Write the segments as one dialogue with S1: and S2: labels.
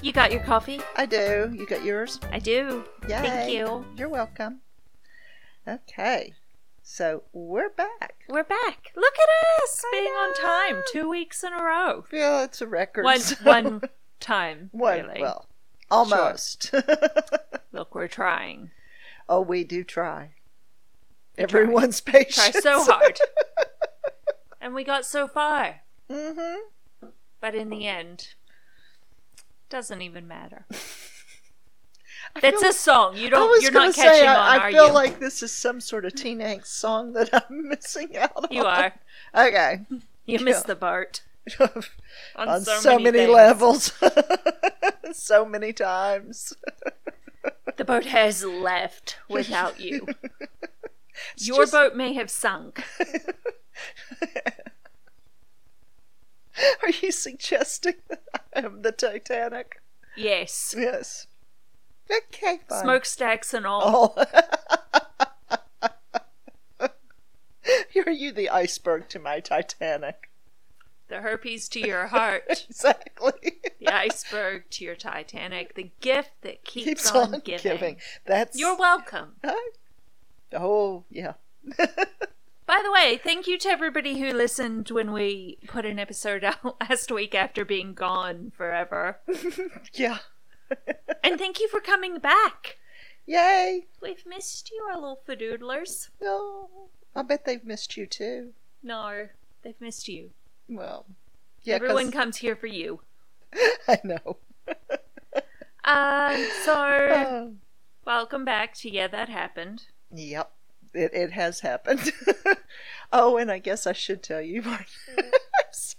S1: You got your coffee?
S2: I do. You got yours?
S1: I do.
S2: Yay.
S1: Thank you.
S2: You're welcome. Okay. So we're back.
S1: We're back. Look at us
S2: I
S1: being on
S2: know.
S1: time two weeks in a row.
S2: Yeah, it's a record.
S1: One,
S2: so-
S1: one time.
S2: One-
S1: really.
S2: Well, almost.
S1: Look, we're trying.
S2: oh, we do try. Everyone's patient.
S1: Try so hard. and we got so far.
S2: hmm
S1: But in the end, doesn't even matter.
S2: I
S1: That's
S2: feel-
S1: a song. You
S2: I
S1: don't.
S2: was
S1: You're
S2: gonna
S1: not catching
S2: say,
S1: on,
S2: I, I
S1: are
S2: feel
S1: you?
S2: like this is some sort of teen angst song that I'm missing out on.
S1: you are.
S2: Okay.
S1: You
S2: Yeah.
S1: missed the boat on,
S2: on
S1: so,
S2: so,
S1: many,
S2: many,
S1: things.
S2: levels, so many times.
S1: The boat has left without you.
S2: It's
S1: Your
S2: just-
S1: boat may have sunk.
S2: Are you suggesting that I am the Titanic?
S1: Yes.
S2: Yes. Okay, fine.
S1: Smokestacks and all.
S2: all. Are you the iceberg to my Titanic?
S1: The herpes to your heart.
S2: Exactly.
S1: the iceberg to your Titanic. The gift that keeps,
S2: Keeps
S1: on,
S2: on
S1: giving.
S2: That's
S1: You're welcome.
S2: Oh yeah.
S1: By the way, thank you to everybody who listened when we put an episode out last week after being gone forever.
S2: Yeah.
S1: And thank you for coming back.
S2: Yay.
S1: We've missed you, our little fadoodlers.
S2: Oh, I bet they've missed you too.
S1: No, they've missed you.
S2: Well, yeah. 'cause-
S1: Everyone comes here for you.
S2: I know.
S1: Um, so,
S2: Oh.
S1: welcome back to Yeah, That Happened.
S2: Yep, it, it has happened. oh, and I guess I should tell you. Mark. I'm sorry.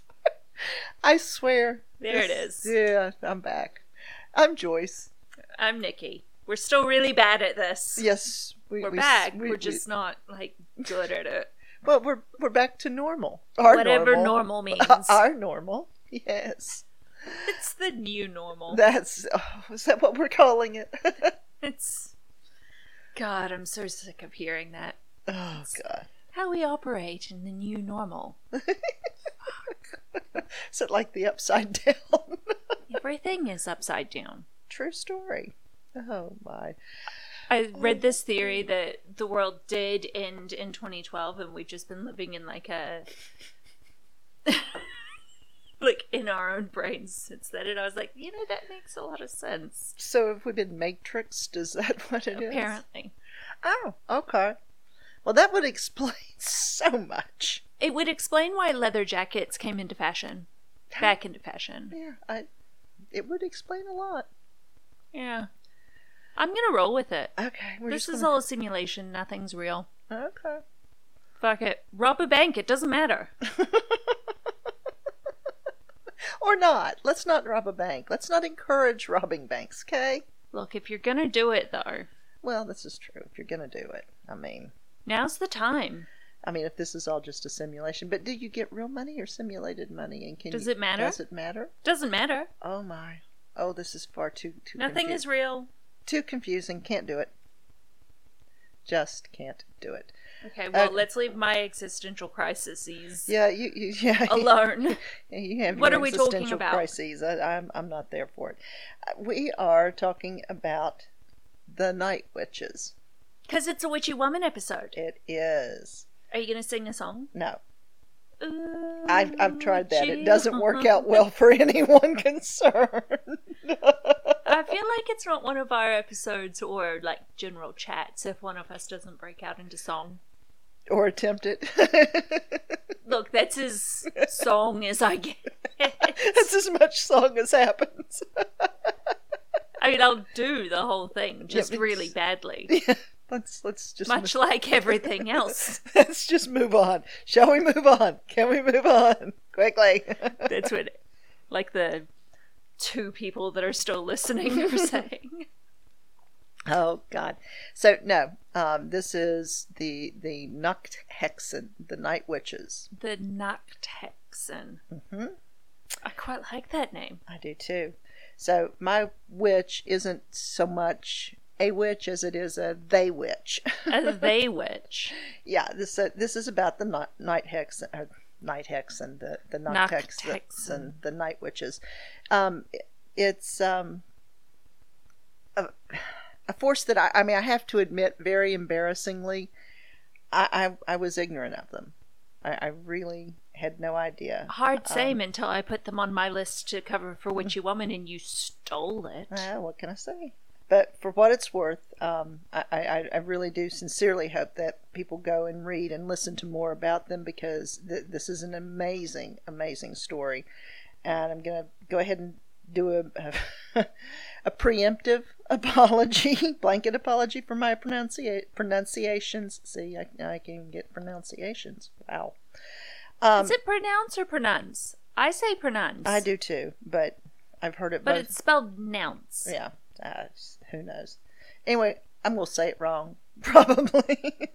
S2: I swear.
S1: Mm-hmm. There it
S2: this-
S1: is.
S2: Yeah, I'm back. I'm Joyce.
S1: I'm Nikki. We're still really bad at this.
S2: Yes, we,
S1: We're
S2: we-
S1: back.
S2: we-
S1: We're
S2: we-
S1: just not, like, good at it.
S2: well, we're we're back to normal. Our
S1: Whatever
S2: normal, Uh,
S1: normal, means.
S2: Our normal. Yes,
S1: it's the new normal.
S2: that's. Oh, is that what we're calling it?
S1: It's. God, I'm so sick of hearing that.
S2: oh God.
S1: How we operate in the new normal.
S2: Is it like the upside down?
S1: Everything is upside down.
S2: True story. Oh my.
S1: I read this theory that the world did end in 2012, and we've just been living in like a. like in our own brains since then. And I was like, you know, that makes a lot of sense.
S2: So have we been matrixed? Is that what it is?
S1: Apparently.
S2: Oh, okay. Well, that would explain so much.
S1: It would explain why leather jackets came into fashion. Back into fashion.
S2: Yeah, I. It would explain a lot.
S1: Yeah. I'm going to roll with it.
S2: Okay, we're
S1: This
S2: just
S1: is
S2: gonna-
S1: all a simulation. Nothing's real.
S2: okay.
S1: Fuck it. Rob a bank. It doesn't matter.
S2: Or not. Let's not rob a bank. Let's not encourage robbing banks. Okay.
S1: Look, if you're going to do it, though,
S2: Well, this is true. If you're gonna do it, I mean,
S1: now's the time.
S2: I mean, if this is all just a simulation, but do you get real money or simulated money? And can
S1: Does
S2: you-
S1: it matter?
S2: Does it matter?
S1: Doesn't matter.
S2: Oh my. Oh, this is far too too.
S1: Nothing
S2: confu-
S1: is real.
S2: too confusing. Can't do it. Just can't do it.
S1: Okay, well,
S2: Uh,
S1: let's leave my existential crises
S2: Yeah, you, you yeah.
S1: alone.
S2: You have
S1: What
S2: your
S1: are we talking
S2: existential
S1: about?
S2: crises. I, I'm I'm not there for it. Uh, We are talking about the night witches.
S1: Because it's a Witchy Woman episode.
S2: It is
S1: Are you going to sing a song?
S2: no. I've I've tried that. It doesn't work out
S1: Ooh,
S2: well for anyone concerned.
S1: I feel like it's not one of our episodes or like general chats if one of us doesn't break out into song.
S2: or attempt it.
S1: Look, that's as song as I get.
S2: That's as much song as happens.
S1: I mean, I'll do the whole thing just
S2: but
S1: really
S2: it's-
S1: badly.
S2: let's let's just mo-
S1: much like everything else.
S2: let's just move on. Shall we move on? Can we move on quickly?
S1: That's what, like the two people that are still listening are saying.
S2: Oh God! So no, um, this is the the Nacht Hexen, the Night Witches.
S1: The Noctexan.
S2: hmm
S1: I quite like that name.
S2: I do too. So my witch isn't so much a witch as it is a they witch.
S1: A Uh, they witch.
S2: yeah, this uh, this is about the ni- Night uh, Hexen, or Night Hexen, the the
S1: Nacht
S2: Nacht Hexen,
S1: Hexen.
S2: the Night Witches. Um, it's um, a, a force that I, I mean, I have to admit, very embarrassingly, I, I, I was ignorant of them. I, I really had no idea.
S1: Hard same until I put them on my list to cover for Witchy Woman and you stole it.
S2: Uh, what can I say? But for what it's worth, um, I, I, I really do sincerely hope that people go and read and listen to more about them because th- this is an amazing, amazing story. And I'm going to go ahead and do a, a, preemptive apology, blanket apology for my pronuncia- pronunciations. See, I, I can even get pronunciations. Wow. Um,
S1: Is it pronounce or pronounce? I say pronounce.
S2: I do too, but I've heard it
S1: But
S2: both
S1: it's spelled nounce.
S2: Yeah, uh, s- who knows? Anyway, I'm gonna say it wrong, probably.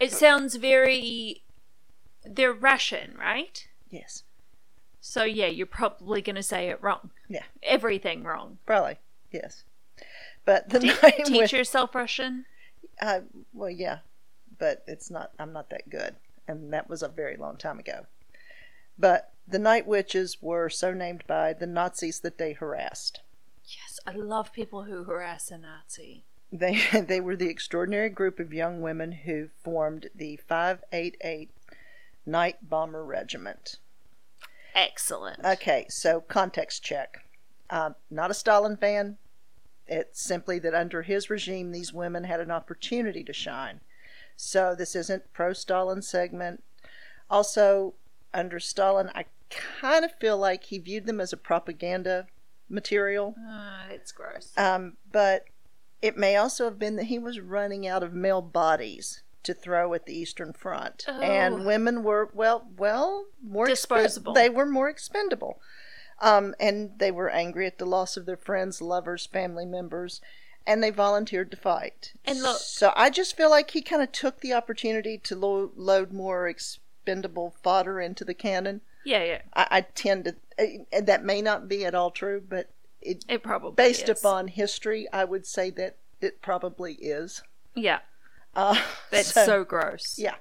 S1: It sounds very. They're Russian, right?
S2: yes,
S1: So yeah, you're probably going to say it wrong.
S2: Yeah.
S1: Everything wrong.
S2: probably yes. But the
S1: Did you
S2: night
S1: teach
S2: when-
S1: yourself Russian?
S2: uh, well, yeah, but it's not. I'm not that good, and that was a very long time ago. But the night witches were so named by the Nazis that they harassed.
S1: Yes, I love people who harass a Nazi.
S2: They they were the extraordinary group of young women who formed the 588 Night Bomber Regiment.
S1: Excellent.
S2: Okay, so context check. Um, not a Stalin fan. It's simply that under his regime, these women had an opportunity to shine. So this isn't pro Stalin segment. Also, under Stalin, I kind of feel like he viewed them as a propaganda material.
S1: Ah, it's gross.
S2: Um, but it may also have been that he was running out of male bodies to throw at the Eastern Front,
S1: Oh.
S2: and women were well, well, more expen-
S1: Disposable.
S2: they were more expendable, um, and they were angry at the loss of their friends, lovers, family members, and they volunteered to fight.
S1: And look-
S2: so I just feel like he kind of took the opportunity to lo- load more expendable fodder into the cannon.
S1: yeah, yeah.
S2: I, I tend to, uh, that may not be at all true, but it
S1: It probably
S2: based
S1: is.
S2: upon history, I would say that it probably is.
S1: Yeah,
S2: Uh,
S1: that's so, gross.
S2: Yeah.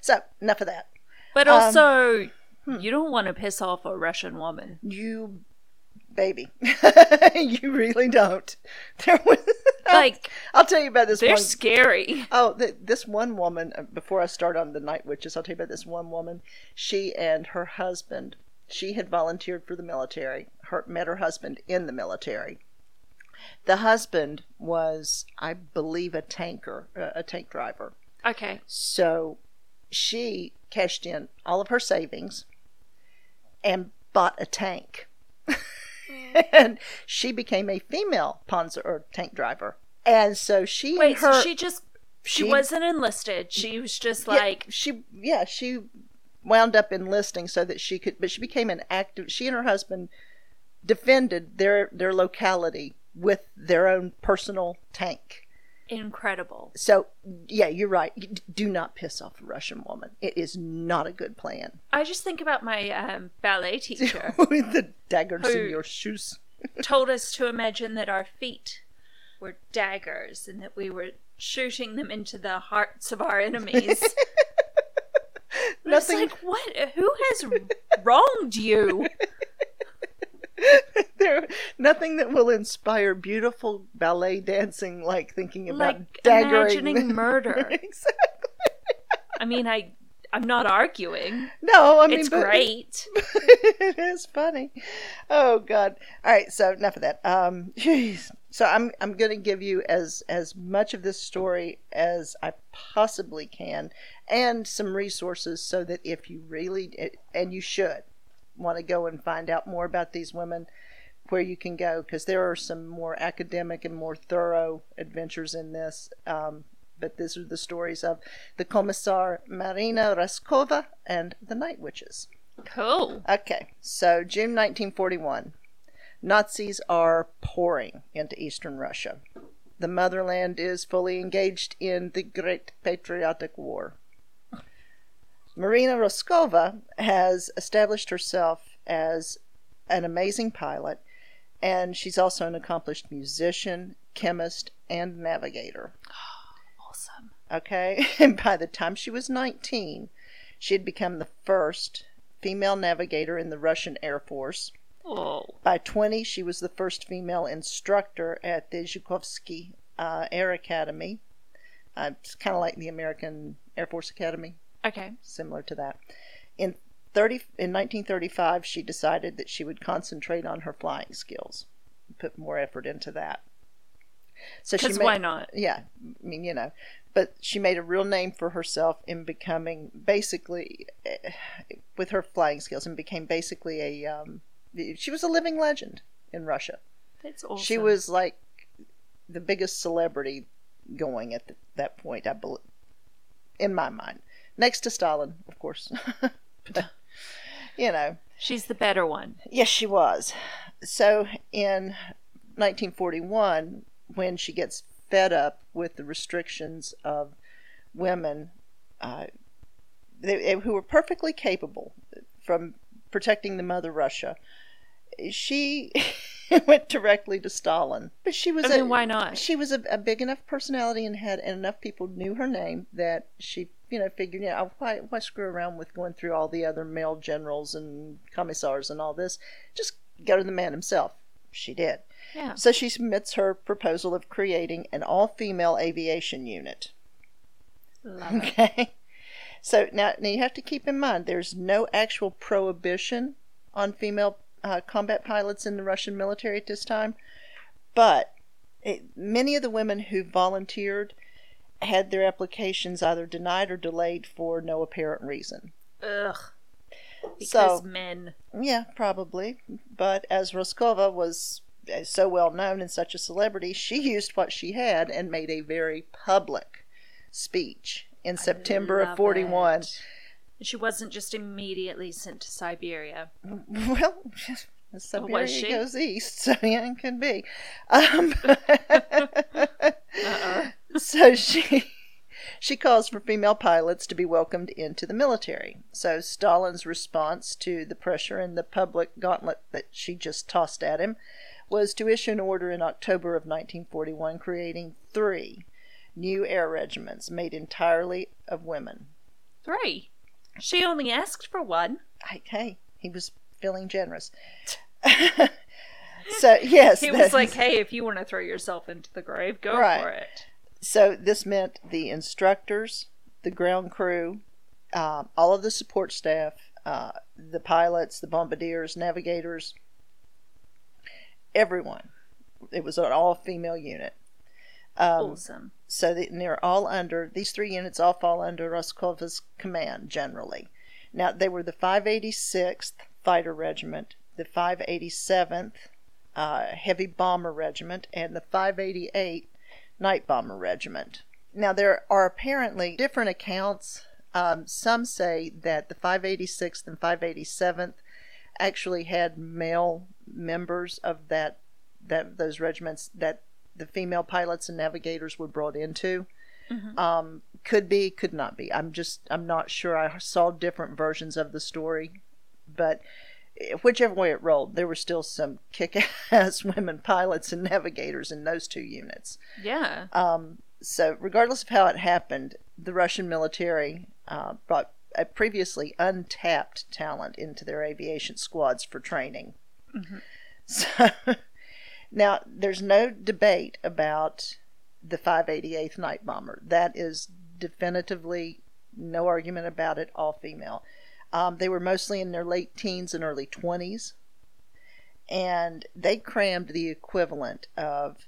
S2: So enough of that.
S1: But
S2: Um,
S1: also, you don't want to piss off a Russian woman.
S2: You, baby, you really don't. There was
S1: Like
S2: I'll, I'll tell you about this
S1: they're
S2: one.
S1: scary.
S2: Oh, th- this one woman. uh, Before I start on the night witches, I'll tell you about this one woman. She and her husband. She had volunteered for the military. Her met her husband in the military. The husband was, I believe, a tanker, uh, a tank driver.
S1: Okay.
S2: So she cashed in all of her savings and bought a tank. and she became a female Panzer or tank driver. And so she
S1: Wait,
S2: and her
S1: so she just she, wasn't enlisted. She was just
S2: yeah,
S1: like
S2: she yeah, she wound up enlisting so that she could but she became an active she and her husband defended their their locality with their own personal tank.
S1: incredible.
S2: So yeah, you're right. You d- Do not piss off a Russian woman. It is not a good plan.
S1: I just think about my um, ballet teacher
S2: With the daggers
S1: Who-
S2: in your shoes.
S1: told us to imagine that our feet were daggers and that we were shooting them into the hearts of our enemies. It's
S2: Nothing.
S1: like what? Who has wronged you?
S2: there, nothing that will inspire beautiful ballet dancing like thinking about
S1: Like
S2: daggering.
S1: imagining murder.
S2: Exact-
S1: I mean, I I'm not arguing.
S2: no, I mean,
S1: it's
S2: but-
S1: great.
S2: it is funny. Oh God! All right, so enough of that. Um, jeez. So I'm I'm going to give you as as much of this story as I possibly can, and some resources so that if you really and you should want to go and find out more about these women, where you can go because there are some more academic and more thorough adventures in this. Um, but these are the stories of the Commissar Marina Raskova and the Night Witches.
S1: Cool.
S2: Okay, so June 1941. Nazis are pouring into eastern Russia. The motherland is fully engaged in the Great Patriotic War. Marina Roskova has established herself as an amazing pilot, and she's also an accomplished musician, chemist, and navigator.
S1: Awesome.
S2: Okay, and by the time she was 19, she had become the first female navigator in the Russian Air Force.
S1: Oh.
S2: By 20, she was the first female instructor at the Zhukovsky uh, Air Academy. Uh, it's kind of like the American Air Force Academy,
S1: Okay.
S2: similar to that. In 30, in 1935, she decided that she would concentrate on her flying skills, put more effort into that. So she
S1: Because
S2: made-
S1: why not?
S2: yeah, I mean, you know, but she made a real name for herself in becoming basically, eh, with her flying skills, and became basically a, um, she was a living legend in Russia.
S1: That's awesome.
S2: She was like the biggest celebrity going at th- that point, I believe, in my mind. Next to Stalin, of course. but, you know,
S1: She's the better one.
S2: Yes, she was. So in 1941, when she gets fed up with the restrictions of women uh, they, eh, who were perfectly capable from protecting the mother Russia, she went directly to Stalin. But she was
S1: I
S2: a,
S1: mean, why not?
S2: she was a, a big enough personality and had and enough people knew her name that she you know figured you know why why screw around with going through all the other male generals and commissars and all this just go to the man himself she did
S1: Yeah.
S2: so she submits her proposal of creating an all-female aviation unit
S1: Love it.
S2: okay so now, now you have to keep in mind there's no actual prohibition on female uh, combat pilots in the russian military at this time but it, many of the women who volunteered had their applications either denied or delayed for no apparent reason
S1: Ugh.
S2: So-
S1: Because men.
S2: yeah probably but as roskova was uh, so well known and such a celebrity she used what she had and made a very public speech in september
S1: love
S2: of 41
S1: it. She wasn't just immediately sent to Siberia.
S2: Well, Siberia
S1: she?
S2: goes east, so yeah, it could be. Um,
S1: Uh-uh.
S2: so she she calls for female pilots to be welcomed into the military. So Stalin's response to the pressure and the public gauntlet that she just tossed at him was to issue an order in October of 1941 creating three new air regiments made entirely of women.
S1: Three. She only asked for one.
S2: Hey, hey he was feeling generous. so yes,
S1: He
S2: that's-
S1: was like, hey, if you want to throw yourself into the grave, go
S2: Right.
S1: for it.
S2: So this meant the instructors, the ground crew, um, all of the support staff, uh, the pilots, the bombardiers, navigators, everyone. It was an all-female unit. Um,
S1: awesome.
S2: so that and they're all under these three units all fall under Roscova's command generally. Now they were the 586th Fighter Regiment, the 587th uh, Heavy Bomber Regiment, and the 588th Night Bomber Regiment. Now there are apparently different accounts. Um, some say that the 586th and 587th actually had male members of that that those regiments that the female pilots and navigators were brought into.
S1: Mhm.
S2: Um, could be, could not be. I'm just, I'm not sure. I saw different versions of the story, but whichever way it rolled, there were still some kick-ass women pilots and navigators in those two units.
S1: Yeah.
S2: Um, so, regardless of how it happened, the Russian military uh, brought a previously untapped talent into their aviation squads for training.
S1: Mhm.
S2: So, now there's no debate about the 588th night bomber. That is definitively no argument about it. All female. Um, they were mostly in their late teens and early 20s, and they crammed the equivalent of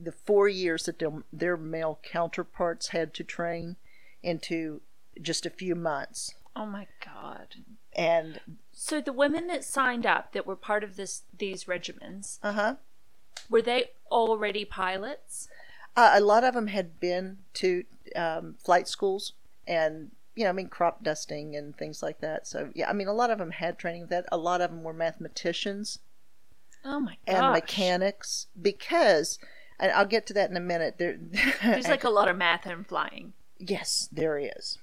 S2: the four years that their, their male counterparts had to train into just a few months.
S1: Oh my god.
S2: And
S1: So the women that signed up that were part of this these regiments,
S2: uh huh,
S1: were they already pilots?
S2: uh, a lot of them had been to um, flight schools and you know, I mean, crop dusting and things like that. So yeah, I mean, a lot of them had training with that. A lot of them were mathematicians
S1: Oh my god.
S2: and mechanics because, and I'll get to that in a minute. There,
S1: There's like a lot of math in flying.
S2: yes, there is.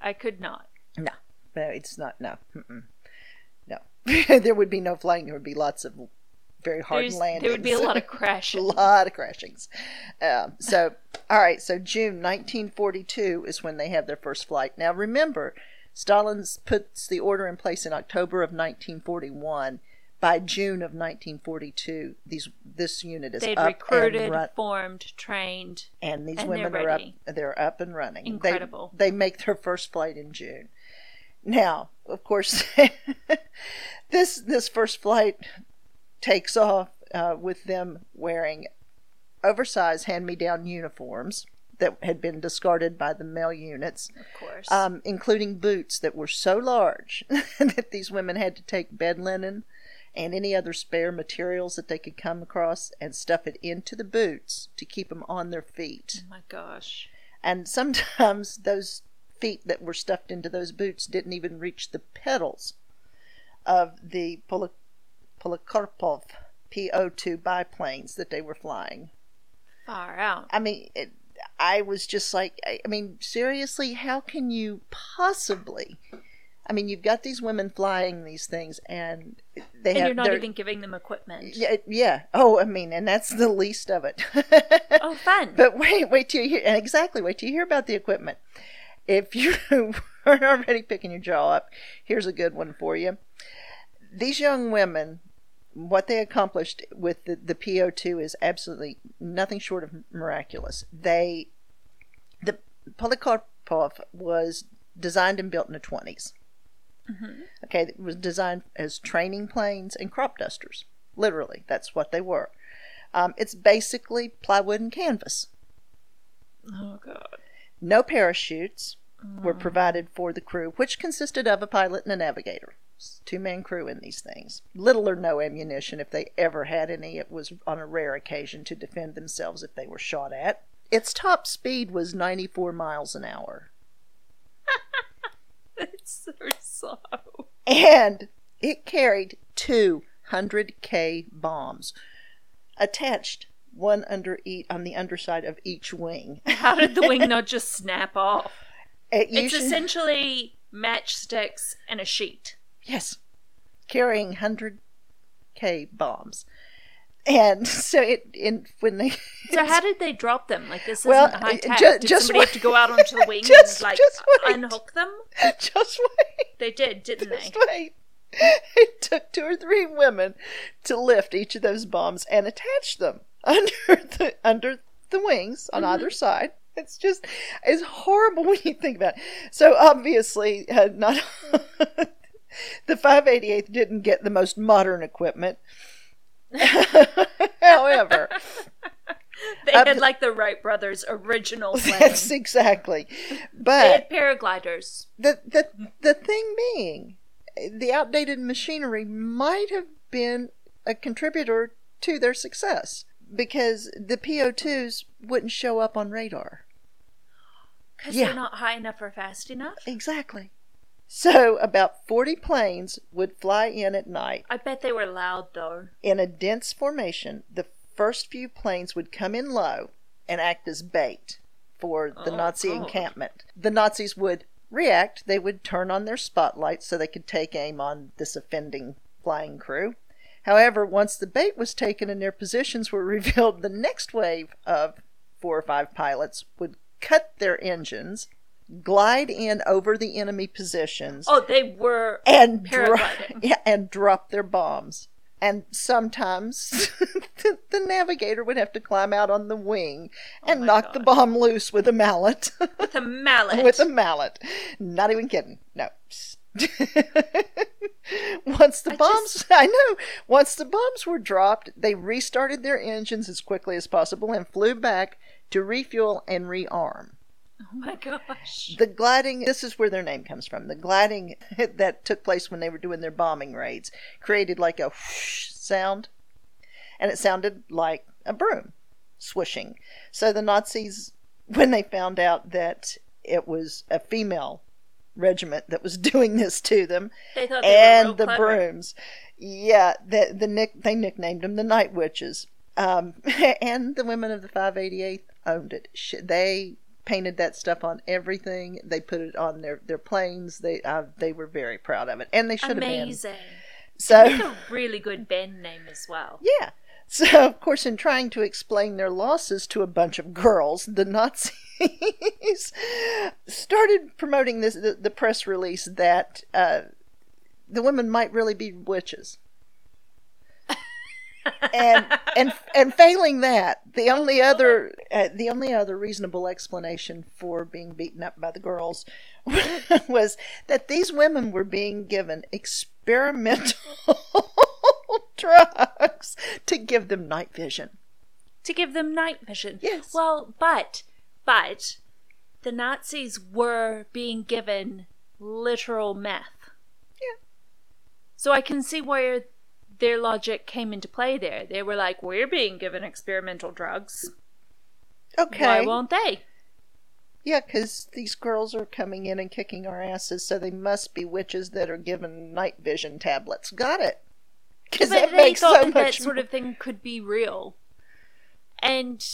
S1: I could not.
S2: No, it's not. No, Mm-mm. no. there would be no flying. There would be lots of very hard
S1: There's-
S2: landings.
S1: There would be a lot of
S2: a
S1: crashes.
S2: lot of crashings. Um, so, all right. So June 1942 is when they have their first flight. Now, remember, Stalin's puts the order in place in October of 1941, by June of 1942, these this unit is
S1: They'd
S2: up
S1: recruited,
S2: and run,
S1: formed, trained.
S2: and these
S1: and they're
S2: women are up.
S1: ready.
S2: They're up and running. They-
S1: Incredible.
S2: They, make their first flight in June. Now, of course, this this first flight takes off uh, with them wearing oversized hand-me-down uniforms that had been discarded by the male units
S1: Of course.
S2: um, including boots that were so large that these women had to take bed linen and any other spare materials that they could come across and stuff it into the boots to keep them on their feet.
S1: oh my gosh.
S2: And sometimes those feet that were stuffed into those boots didn't even reach the pedals of the Polo- Polikarpov PO 2 biplanes that they were flying.
S1: Far out.
S2: I mean, it, I was just like, I, I mean, seriously, how can you possibly? I mean, you've got these women flying these things, and they
S1: And
S2: have
S1: you're not
S2: they're-
S1: even giving them equipment.
S2: Yeah, yeah. Oh, I mean, and that's the least of it.
S1: Oh, fun.
S2: But wait, wait till you hear and exactly wait till you hear about the equipment. If you weren't already picking your jaw up, here's a good one for you. These young women, what they accomplished with the, the PO2 is absolutely nothing short of miraculous. They, the Polikarpov was designed and built in the 20s. Okay, it was designed as training planes and crop dusters. Literally, that's what they were. Um, it's basically plywood and canvas.
S1: oh, God.
S2: No parachutes were provided for the crew, which consisted of a pilot and a navigator. Two man crew in these things. Little or no ammunition, if they ever had any. It was on a rare occasion to defend themselves if they were shot at. Its top speed was 94 miles an hour.
S1: It's so slow.
S2: and it carried 200k bombs attached one under each on the underside of each wing
S1: How did the wing not just snap off?
S2: It
S1: it's
S2: usually-
S1: essentially matchsticks and a sheet.
S2: yes carrying 100k bombs and so it in when they
S1: So how did they drop them? Like this
S2: Well,
S1: isn't high
S2: uh,
S1: tech.
S2: ju-
S1: did
S2: just
S1: somebody have to go out onto the wing
S2: just-
S1: and like
S2: just wait.
S1: unhook them?
S2: just wait
S1: They did, didn't they?
S2: Just wait. It took two or three women to lift each of those bombs and attach them under the under the wings on either side. It's just it's horrible when you think about it. So obviously, uh, not the 588th didn't get the most modern equipment. However,
S1: They
S2: Up
S1: had
S2: to-
S1: like the Wright brothers' original plane.
S2: that's exactly.
S1: They
S2: But
S1: had paragliders.
S2: the the the thing being, the outdated machinery might have been a contributor to their success because the PO2s wouldn't show up on radar.
S1: Because
S2: Yeah.
S1: they're not high enough or fast enough.
S2: Exactly. So about 40 planes would fly in at night
S1: I bet they were loud though.
S2: in a dense formation. The first few planes would come in low and act as bait for the
S1: Oh,
S2: Nazi
S1: God.
S2: encampment. The Nazis would react. They would turn on their spotlights so they could take aim on this offending flying crew. However, once the bait was taken and their positions were revealed, the next wave of four or five pilots would cut their engines, glide in over the enemy positions,
S1: Oh, they were.
S2: and dro-
S1: Paragliding.
S2: yeah, and drop their bombs. And sometimes the, the navigator would have to climb out on the wing and
S1: Oh my
S2: knock the
S1: God.
S2: bomb loose with a mallet.
S1: With a mallet.
S2: with a mallet. Not even kidding. No. Once the
S1: I
S2: bombs,
S1: just-
S2: I know. Once the bombs were dropped, they restarted their engines as quickly as possible and flew back to refuel and rearm
S1: oh my gosh.
S2: the gliding this is where their name comes from the gliding that took place when they were doing their bombing raids created like a whoosh sound and it sounded like a broom swishing so the nazis when they found out that it was a female regiment that was doing this to them
S1: They thought they were real
S2: and the
S1: clever.
S2: brooms yeah the, the nick they nicknamed them the night witches um, and the women of the 588th owned it Sh- they painted that stuff on everything. They put it on their, their planes. They uh, they were very proud of it, and they should have
S1: Amazing.
S2: been. So
S1: A really good band name as well.
S2: yeah. So of course, in trying to explain their losses to a bunch of girls, the Nazis started promoting this the, the press release that uh, the women might really be witches. and and and failing that, the only other uh, the only other reasonable explanation for being beaten up by the girls was that these women were being given experimental drugs to give them night vision.
S1: to give them night vision.
S2: Yes.
S1: Well, but but the Nazis were being given literal meth.
S2: Yeah.
S1: So I can see where their logic came into play there. They were like, we're being given experimental drugs. Why
S2: Okay.
S1: won't they?
S2: Yeah, because these girls are coming in and kicking our asses, so they must be witches that are given night vision tablets. Got it? Because
S1: But
S2: that
S1: they
S2: makes
S1: thought
S2: so
S1: that, that
S2: much
S1: sort of thing could be real. And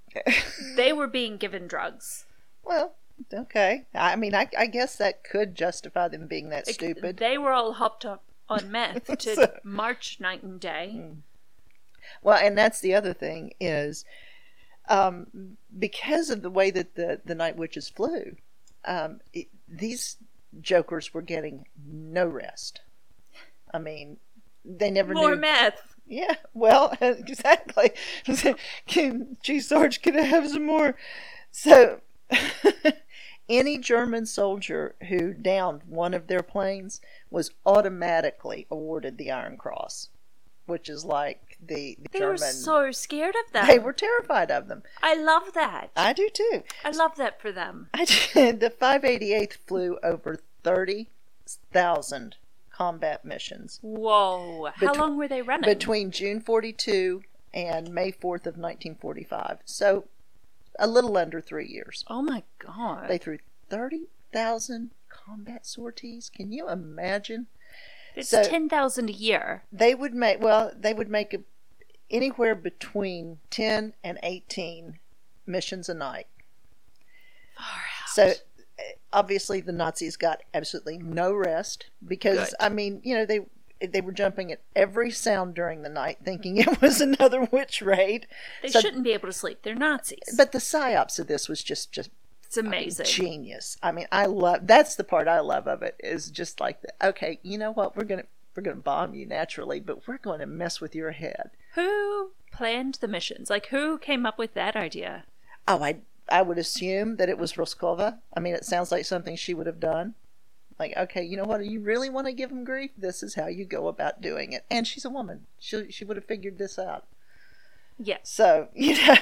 S1: they were being given drugs.
S2: Well, okay. I mean, I, I guess that could justify them being that
S1: Like,
S2: stupid.
S1: They were all hopped up on meth to
S2: So-
S1: march night and day.
S2: Well, and that's the other thing is, um, because of the way that the the night witches flew, um, it, these jokers were getting no rest. I mean, they never
S1: More
S2: knew.
S1: meth.
S2: Yeah, well, exactly. Can, gee, Sarge, can I have some more? So, any German soldier who downed one of their planes was automatically awarded the Iron Cross, which is like the, the
S1: They
S2: German.
S1: were so scared of them.
S2: they were terrified of them.
S1: I love that. I,
S2: I do too.
S1: love that for them.
S2: I did. The 588th flew over 30,000 combat missions
S1: Whoa. How
S2: Betw-
S1: long were they running?
S2: between June 42 and May 4th of 1945. So a little under three years.
S1: oh my god.
S2: They threw 30,000 combat sorties. Can you imagine?
S1: it's
S2: so-
S1: 10,000 a year.
S2: They would make, well, they would make a, anywhere between 10 and 18 missions a night.
S1: Far out.
S2: So uh, obviously the Nazis got absolutely no rest because
S1: Good.
S2: I mean, you know, they they were jumping at every sound during the night thinking it was another witch raid.
S1: they
S2: so-
S1: shouldn't be able to sleep. They're Nazis.
S2: But the psyops of this was just just
S1: it's amazing.
S2: genius. I mean, I love that's the part I love of it is just like the, okay, you know what? We're going to we're going to bomb you naturally, but we're going to mess with your head.
S1: who planned the missions? Like, who came up with that idea?
S2: Oh, I I would assume that it was Roskova. I mean, it sounds like something she would have done. Like, okay, you know what? You really want to give him grief? This is how you go about doing it. And she's a woman. She she would have figured this out.
S1: Yes.
S2: So, you know.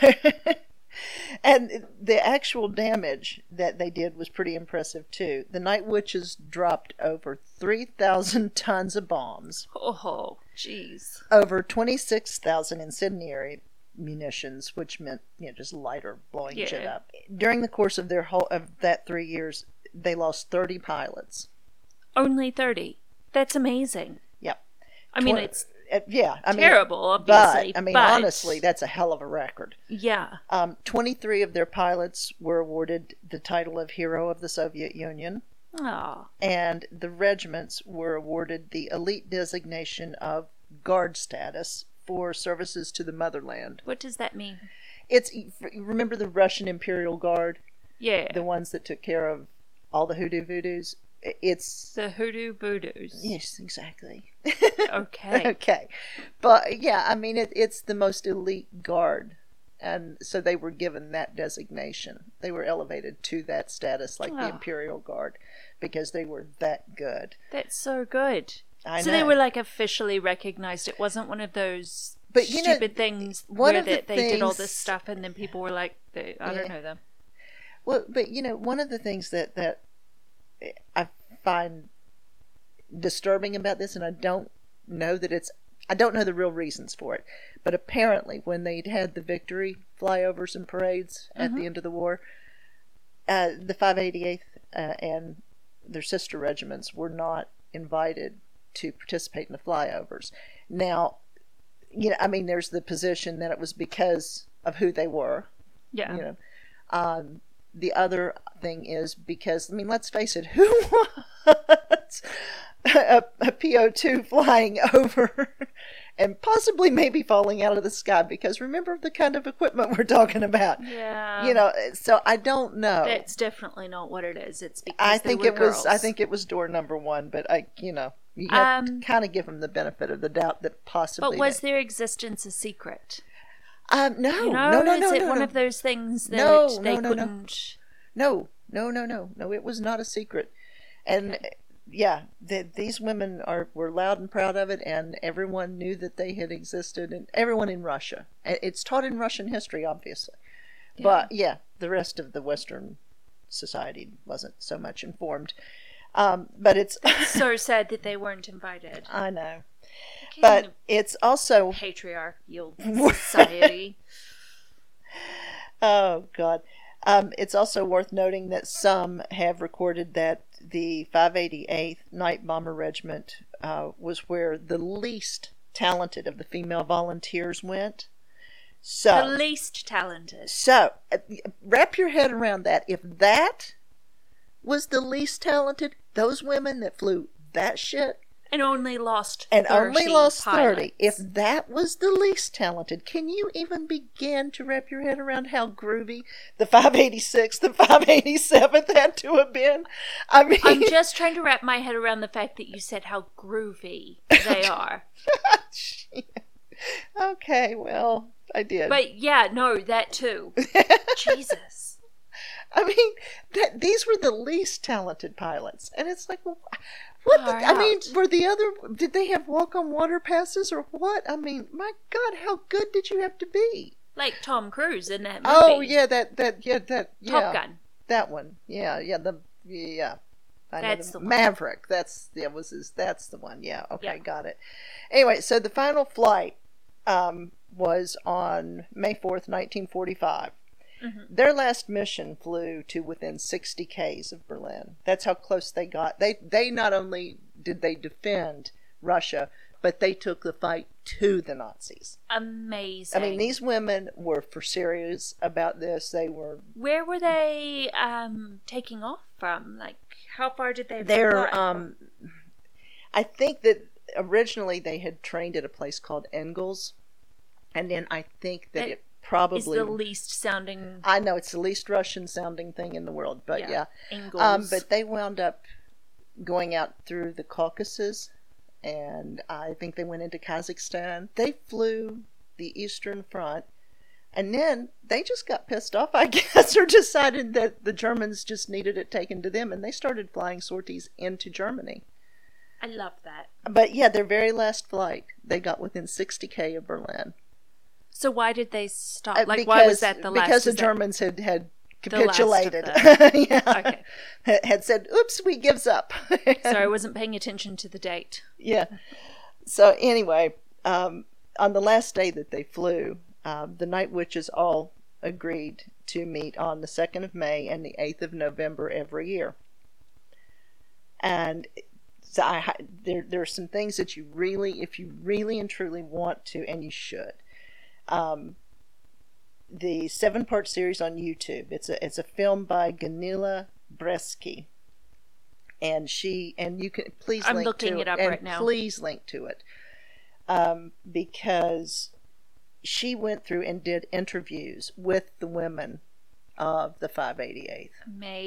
S2: and the actual damage that they did was pretty impressive, too. The Night Witches dropped over 3,000 tons of bombs,
S1: Oh, jeez.
S2: over 26,000 incendiary munitions, which meant, you know, just lighter blowing shit
S1: Yeah.
S2: up. During the course of their whole, of that three years, they lost 30 pilots.
S1: Only 30. That's amazing.
S2: Yep.
S1: I mean,
S2: Twen-
S1: it's
S2: uh, yeah, I mean,
S1: terrible, obviously.
S2: But, I mean,
S1: but-
S2: honestly, that's a hell of a record.
S1: yeah.
S2: Um, 23 of their pilots were awarded the title of Hero of the Soviet Union,
S1: Oh,
S2: and the regiments were awarded the elite designation of Guard status for services to the motherland.
S1: what does that mean?
S2: It's remember the Russian Imperial Guard,
S1: Yeah.
S2: the ones that took care of all the hoodoo voodoos. I- It's
S1: The hoodoo voodoos.
S2: yes, exactly.
S1: Okay.
S2: okay, but yeah, I mean it, it's the most elite guard, and so they were given that designation. They were elevated to that status, like
S1: Ah.
S2: the Imperial Guard, because they were that good.
S1: That's so good.
S2: I
S1: so
S2: know.
S1: they were like officially recognized. It wasn't one of those
S2: But, you know,
S1: stupid things
S2: one
S1: where
S2: of the
S1: that they did all this
S2: things-
S1: stuff and then people were like, they, I don't
S2: Yeah.
S1: know them.
S2: Well, but you know, one of the things that that I find disturbing about this, and I don't know that it's I don't know the real reasons for it, but apparently when they'd had the victory flyovers and parades at the end of the war, uh, the 588th uh, and their sister regiments were not invited to participate in the flyovers. Now, you know, I mean, there's the position that it was because of who they were,
S1: Yeah.
S2: you know. Um, the other thing is because I mean, let's face it, who wants a, a PO2 flying over and possibly maybe falling out of the sky? Because remember the kind of equipment we're talking about.
S1: Yeah.
S2: You know, so I don't know.
S1: that's definitely not what it is. It's because
S2: I
S1: they
S2: think
S1: were
S2: it was I
S1: girls.
S2: think it was door number one, but I you know You have
S1: Um,
S2: to kind of give them the benefit of the doubt that possibly.
S1: But was
S2: they-
S1: their existence a secret?
S2: um, no,
S1: You know,
S2: no, no,
S1: is
S2: no,
S1: it
S2: no,
S1: one
S2: no.
S1: of those things that
S2: No, no,
S1: they
S2: no, no.
S1: couldn't?
S2: No, no, no, no, no. It was not a secret, and uh, yeah, th these women are were loud and proud of it, and everyone knew that they had existed, and everyone in Russia. I- It's taught in Russian history, obviously, but yeah, the rest of the Western society wasn't so much informed. Um, but it's
S1: so sad that they weren't invited.
S2: I know,
S1: Okay,
S2: but it's also
S1: patriarchal society.
S2: Oh God. Um, it's also worth noting that some have recorded that the 588th Night Bomber Regiment uh, was where the least talented of the female volunteers went.
S1: the
S2: So,
S1: least talented.
S2: so uh, wrap your head around that. If that was the least talented, those women that flew that shit
S1: And only lost
S2: and
S1: 30
S2: only lost
S1: pilots.
S2: 30. If that was the least talented, can you even begin to wrap your head around how groovy the 586th and 587th had to have been? I mean,
S1: I'm just trying to wrap my head around the fact that you said how groovy they are.
S2: okay, well, I did.
S1: But yeah, no, that too. Jesus.
S2: I mean, that, these were the least talented pilots. And it's like, wh- what? The,
S1: Far
S2: I mean,
S1: out.
S2: were the other, did they have walk on water passes or what? I mean, my God, how good did you have to be?
S1: Like Tom Cruise in that movie.
S2: Oh, yeah, that, that, yeah, that, yeah.
S1: Top Gun.
S2: That one. Yeah, yeah, the yeah. I know
S1: That's the one.
S2: Maverick. That's that was his that's the one. Yeah, okay,
S1: Yeah.
S2: got it. Anyway, so the final flight um, was on May 4th, 1945.
S1: Mhm.
S2: Their last mission flew to within 60 k's of Berlin. That's how close they got. They they not only did they defend Russia, but they took the fight to the Nazis.
S1: Amazing.
S2: I mean, these women were for serious about this. They were
S1: Where were they um, taking off from? Like, how far did they
S2: They're,
S1: fly?
S2: um, I think that originally they had trained at a place called Engels, and then I think that
S1: That
S2: it
S1: Is the
S2: probably.
S1: least sounding
S2: I know it's the least Russian sounding thing in the world, but yeah.
S1: Yeah, Ingalls.
S2: Um, but they wound up going out through the Caucasus, and I think they went into Kazakhstan. They flew the Eastern Front, and then they just got pissed off, I guess, or decided that the Germans just needed it taken to them, and they started flying sorties into Germany.
S1: I love that.
S2: But yeah, their very last flight, they got within 60k of Berlin.
S1: So why did they stop?
S2: Uh,
S1: Like, why was that the last?
S2: Because the
S1: is that-
S2: Germans had had
S1: the last of
S2: capitulated. yeah.
S1: Okay,
S2: Had said, "Oops, we gives up."
S1: sorry, I wasn't paying attention to the date.
S2: yeah. So anyway, um, on the last day that they flew, um, the night witches all agreed to meet on the second of May and the eighth of November every year. And so I, hi- there there are some things that you really, if you really and truly want to, and you should. Um, the seven part series on YouTube. It's a it's a film by Ganila Bresky. And she and you can please
S1: I'm
S2: link
S1: looking
S2: to
S1: it up
S2: and
S1: right now.
S2: Please link to it. Um, because she went through and did interviews with the women of the 588th.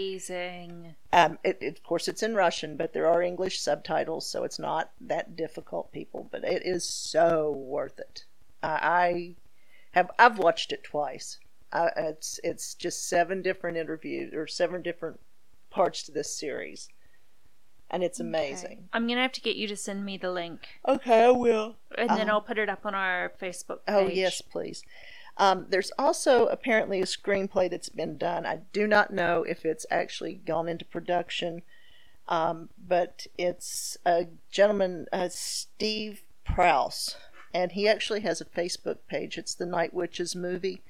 S1: Amazing.
S2: Um, it, it- of course, it's in Russian, but there are English subtitles, so it's not that difficult, people. But it is so worth it. I, I have I've watched it twice. I, it's it's just seven different interviews or seven different parts to this series, and it's amazing.
S1: Okay. I'm gonna have to get you to send me the link,
S2: Okay, I will.
S1: and then
S2: Oh.
S1: I'll put it up on our Facebook page.
S2: Oh yes, please. Um, there's also apparently a screenplay that's been done. I do not know if it's actually gone into production, um, but it's a gentleman, uh, Steve Prouse, and he actually has a Facebook page. It's the Night Witches movie.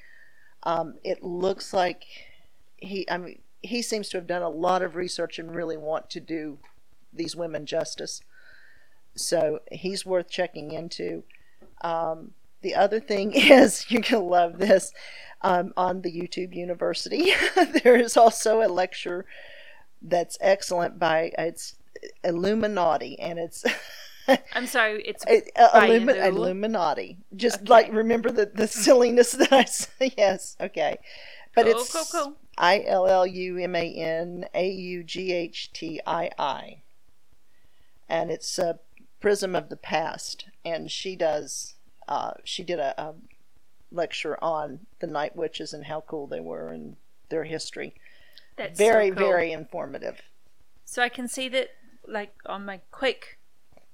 S2: Um, it looks like he. I mean, he seems to have done a lot of research and really want to do these women justice. So he's worth checking into. Um, the other thing is, you're going to love this um, on the YouTube University. there is also a lecture that's excellent by it's Illuminati, and it's
S1: I'm sorry. It's
S2: it, uh,
S1: By
S2: Illumi-
S1: Illum-
S2: Illuminati. Just
S1: Okay.
S2: like remember the, the silliness that I say. Yes, okay. But
S1: Cool,
S2: it's
S1: cool, cool.
S2: I L L U M A N A U G H T I I. And it's uh, prism of the past, and she does. Uh, she did a, a lecture on the night witches and how cool they were and their history.
S1: That's so
S2: very,
S1: cool.
S2: very informative.
S1: So I can see that, like on my quick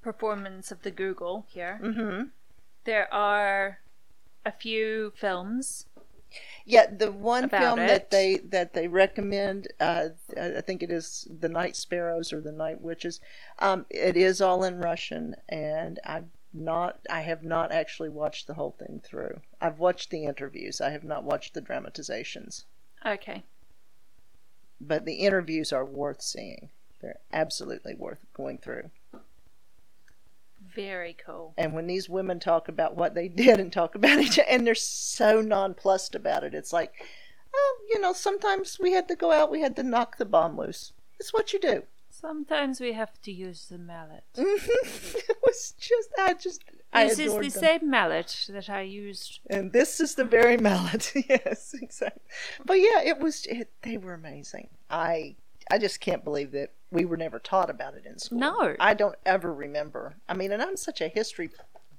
S1: performance of the Google here,
S2: hmm
S1: there are a few films.
S2: Yeah, the one
S1: About
S2: film
S1: it.
S2: that they that they recommend, uh, I I think it is The Night Sparrows or The Night Witches. Um, it is all in Russian, and I've not I have not actually watched the whole thing through. I've watched the interviews. I have not watched the dramatizations,
S1: Okay,
S2: but the interviews are worth seeing. They're absolutely worth going through.
S1: very cool.
S2: And when these women talk about what they did and talk about each, and they're so nonplussed about it, it's like, oh, you know, sometimes we had to go out, we had to knock the bomb loose. It's what you do.
S1: Sometimes we have to use the mallet.
S2: it was just, I just, Mm, I
S1: This is
S2: adored
S1: the
S2: them.
S1: same mallet that I used.
S2: And this is the very mallet. yes, exactly. But yeah, it was. It, they were amazing. I, I just can't believe that we were never taught about it in school.
S1: No.
S2: I don't ever remember. I mean, and I'm such a history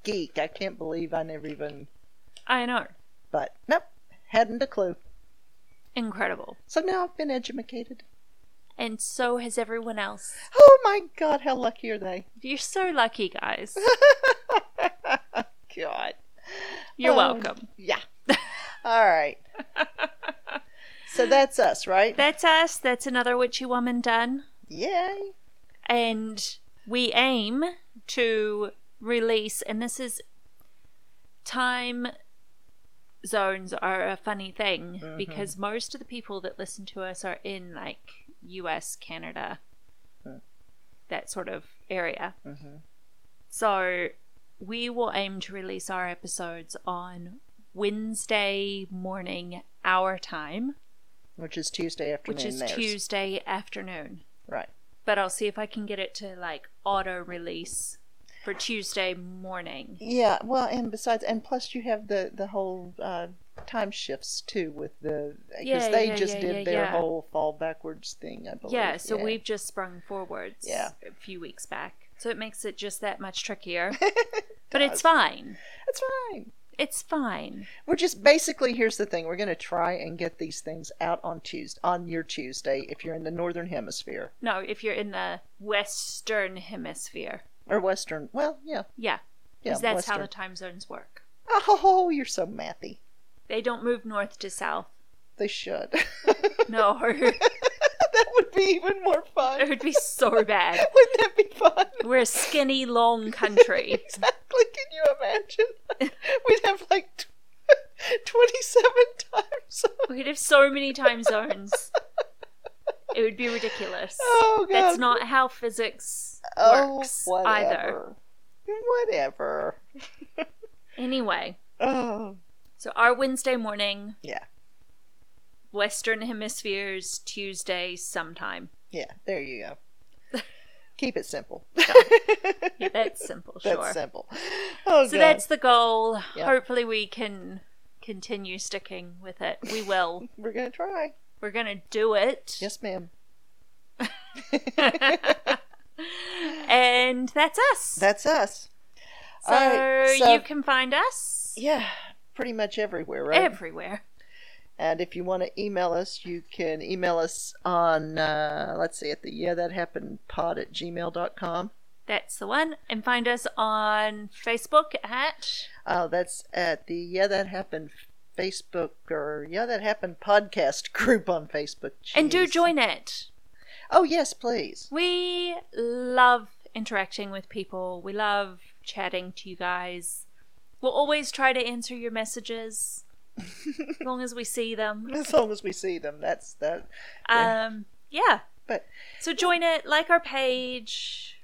S2: geek. I can't believe I never even.
S1: I know.
S2: But nope, hadn't a clue.
S1: Incredible.
S2: So now I've been educated.
S1: And so has everyone else.
S2: Oh my god, how lucky are they?
S1: You're so lucky, guys.
S2: God.
S1: You're
S2: Oh,
S1: welcome.
S2: Yeah. All right. So that's us, right?
S1: That's us. That's another witchy woman done.
S2: Yay.
S1: And we aim to release, and this is time zones are a funny thing because most of the people that listen to us are in like US, Canada, that sort of area.
S2: Mhm.
S1: So we will aim to release our episodes on Wednesday morning, our time,
S2: Which is Tuesday afternoon.
S1: which is
S2: theirs.
S1: Tuesday afternoon.
S2: Right.
S1: But I'll see if I can get it to like auto release for Tuesday morning.
S2: Yeah. Well, and besides, and plus you have the the whole uh, time shifts too with the because
S1: Yeah,
S2: they
S1: yeah,
S2: just
S1: yeah,
S2: did
S1: yeah,
S2: their
S1: yeah.
S2: whole fall backwards thing. I believe.
S1: Yeah, so we've just sprung forwards
S2: Yeah.
S1: a few weeks back. So it makes it just that much trickier. but it's fine.
S2: That's fine.
S1: It's fine.
S2: We're just basically here's the thing. We're going to try and get these things out on Tuesday, on your Tuesday, if you're in the northern hemisphere
S1: No, if you're in the Western Hemisphere.
S2: or western. Well, yeah,
S1: Yeah,
S2: yeah,
S1: because that's
S2: western.
S1: how the time zones work.
S2: Oh, you're so mathy.
S1: They don't move north to south.
S2: They should.
S1: No, it
S2: that would be even more fun.
S1: would be so bad.
S2: Wouldn't that be fun?
S1: We're a skinny, long country.
S2: Exactly. Can you imagine? We'd have like tw- 27 times.
S1: We'd have so many time zones. It would be ridiculous.
S2: Oh, God.
S1: That's not how physics
S2: oh,
S1: works either.
S2: whatever. Whatever.
S1: Anyway,
S2: Oh,
S1: so our Wednesday morning,
S2: yeah.
S1: Western Hemisphere's Tuesday sometime.
S2: Yeah, there you go. Keep it simple.
S1: Yeah, that's simple, sure.
S2: That's simple. Oh,
S1: So
S2: God.
S1: that's the goal.
S2: Yeah.
S1: Hopefully, we can continue sticking with it. We will.
S2: We're going to try.
S1: We're going to do it.
S2: Yes, ma'am.
S1: and that's us.
S2: That's us.
S1: so,
S2: all right, so-
S1: you can find us
S2: Yeah, pretty much everywhere, right?
S1: everywhere.
S2: and if you want to email us, you can email us on, uh, let's see, at the yeah, that happened pod at gmail.com.
S1: That's the one. And find us on Facebook at.
S2: Uh, that's at the yeah, that happened Facebook or yeah, that happened podcast group on Facebook.
S1: And do
S2: Jeez.
S1: join it.
S2: Oh, yes, please.
S1: We love interacting with people. We love chatting to you guys. We'll always try to answer your messages as long as we see them.
S2: As long as we see them, that's that.
S1: Um, yeah.
S2: But
S1: So join it, like our page,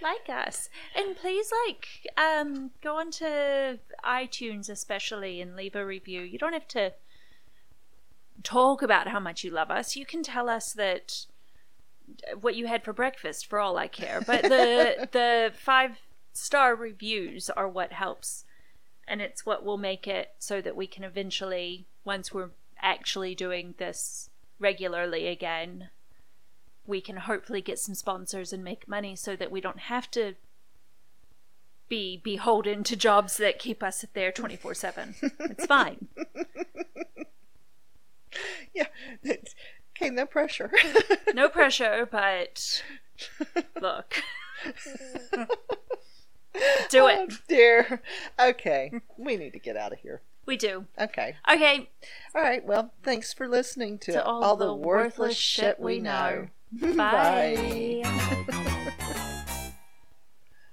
S1: like us, and please like um go onto iTunes especially and leave a review. You don't have to talk about how much you love us. You can tell us that uh, what you had for breakfast for all I care. But the the five star reviews are what helps. And it's what will make it so that we can eventually, once we're actually doing this regularly again, we can hopefully get some sponsors and make money so that we don't have to be beholden to jobs that keep us there 24 7. It's fine.
S2: yeah. It's, okay, no pressure.
S1: No pressure, but look. Do
S2: Oh,
S1: it.
S2: dear. Okay. We need to get out of here.
S1: We do.
S2: Okay.
S1: Okay.
S2: All right. Well, thanks for listening to,
S1: To all, the, worthless shit we know.
S2: Bye.
S1: Bye.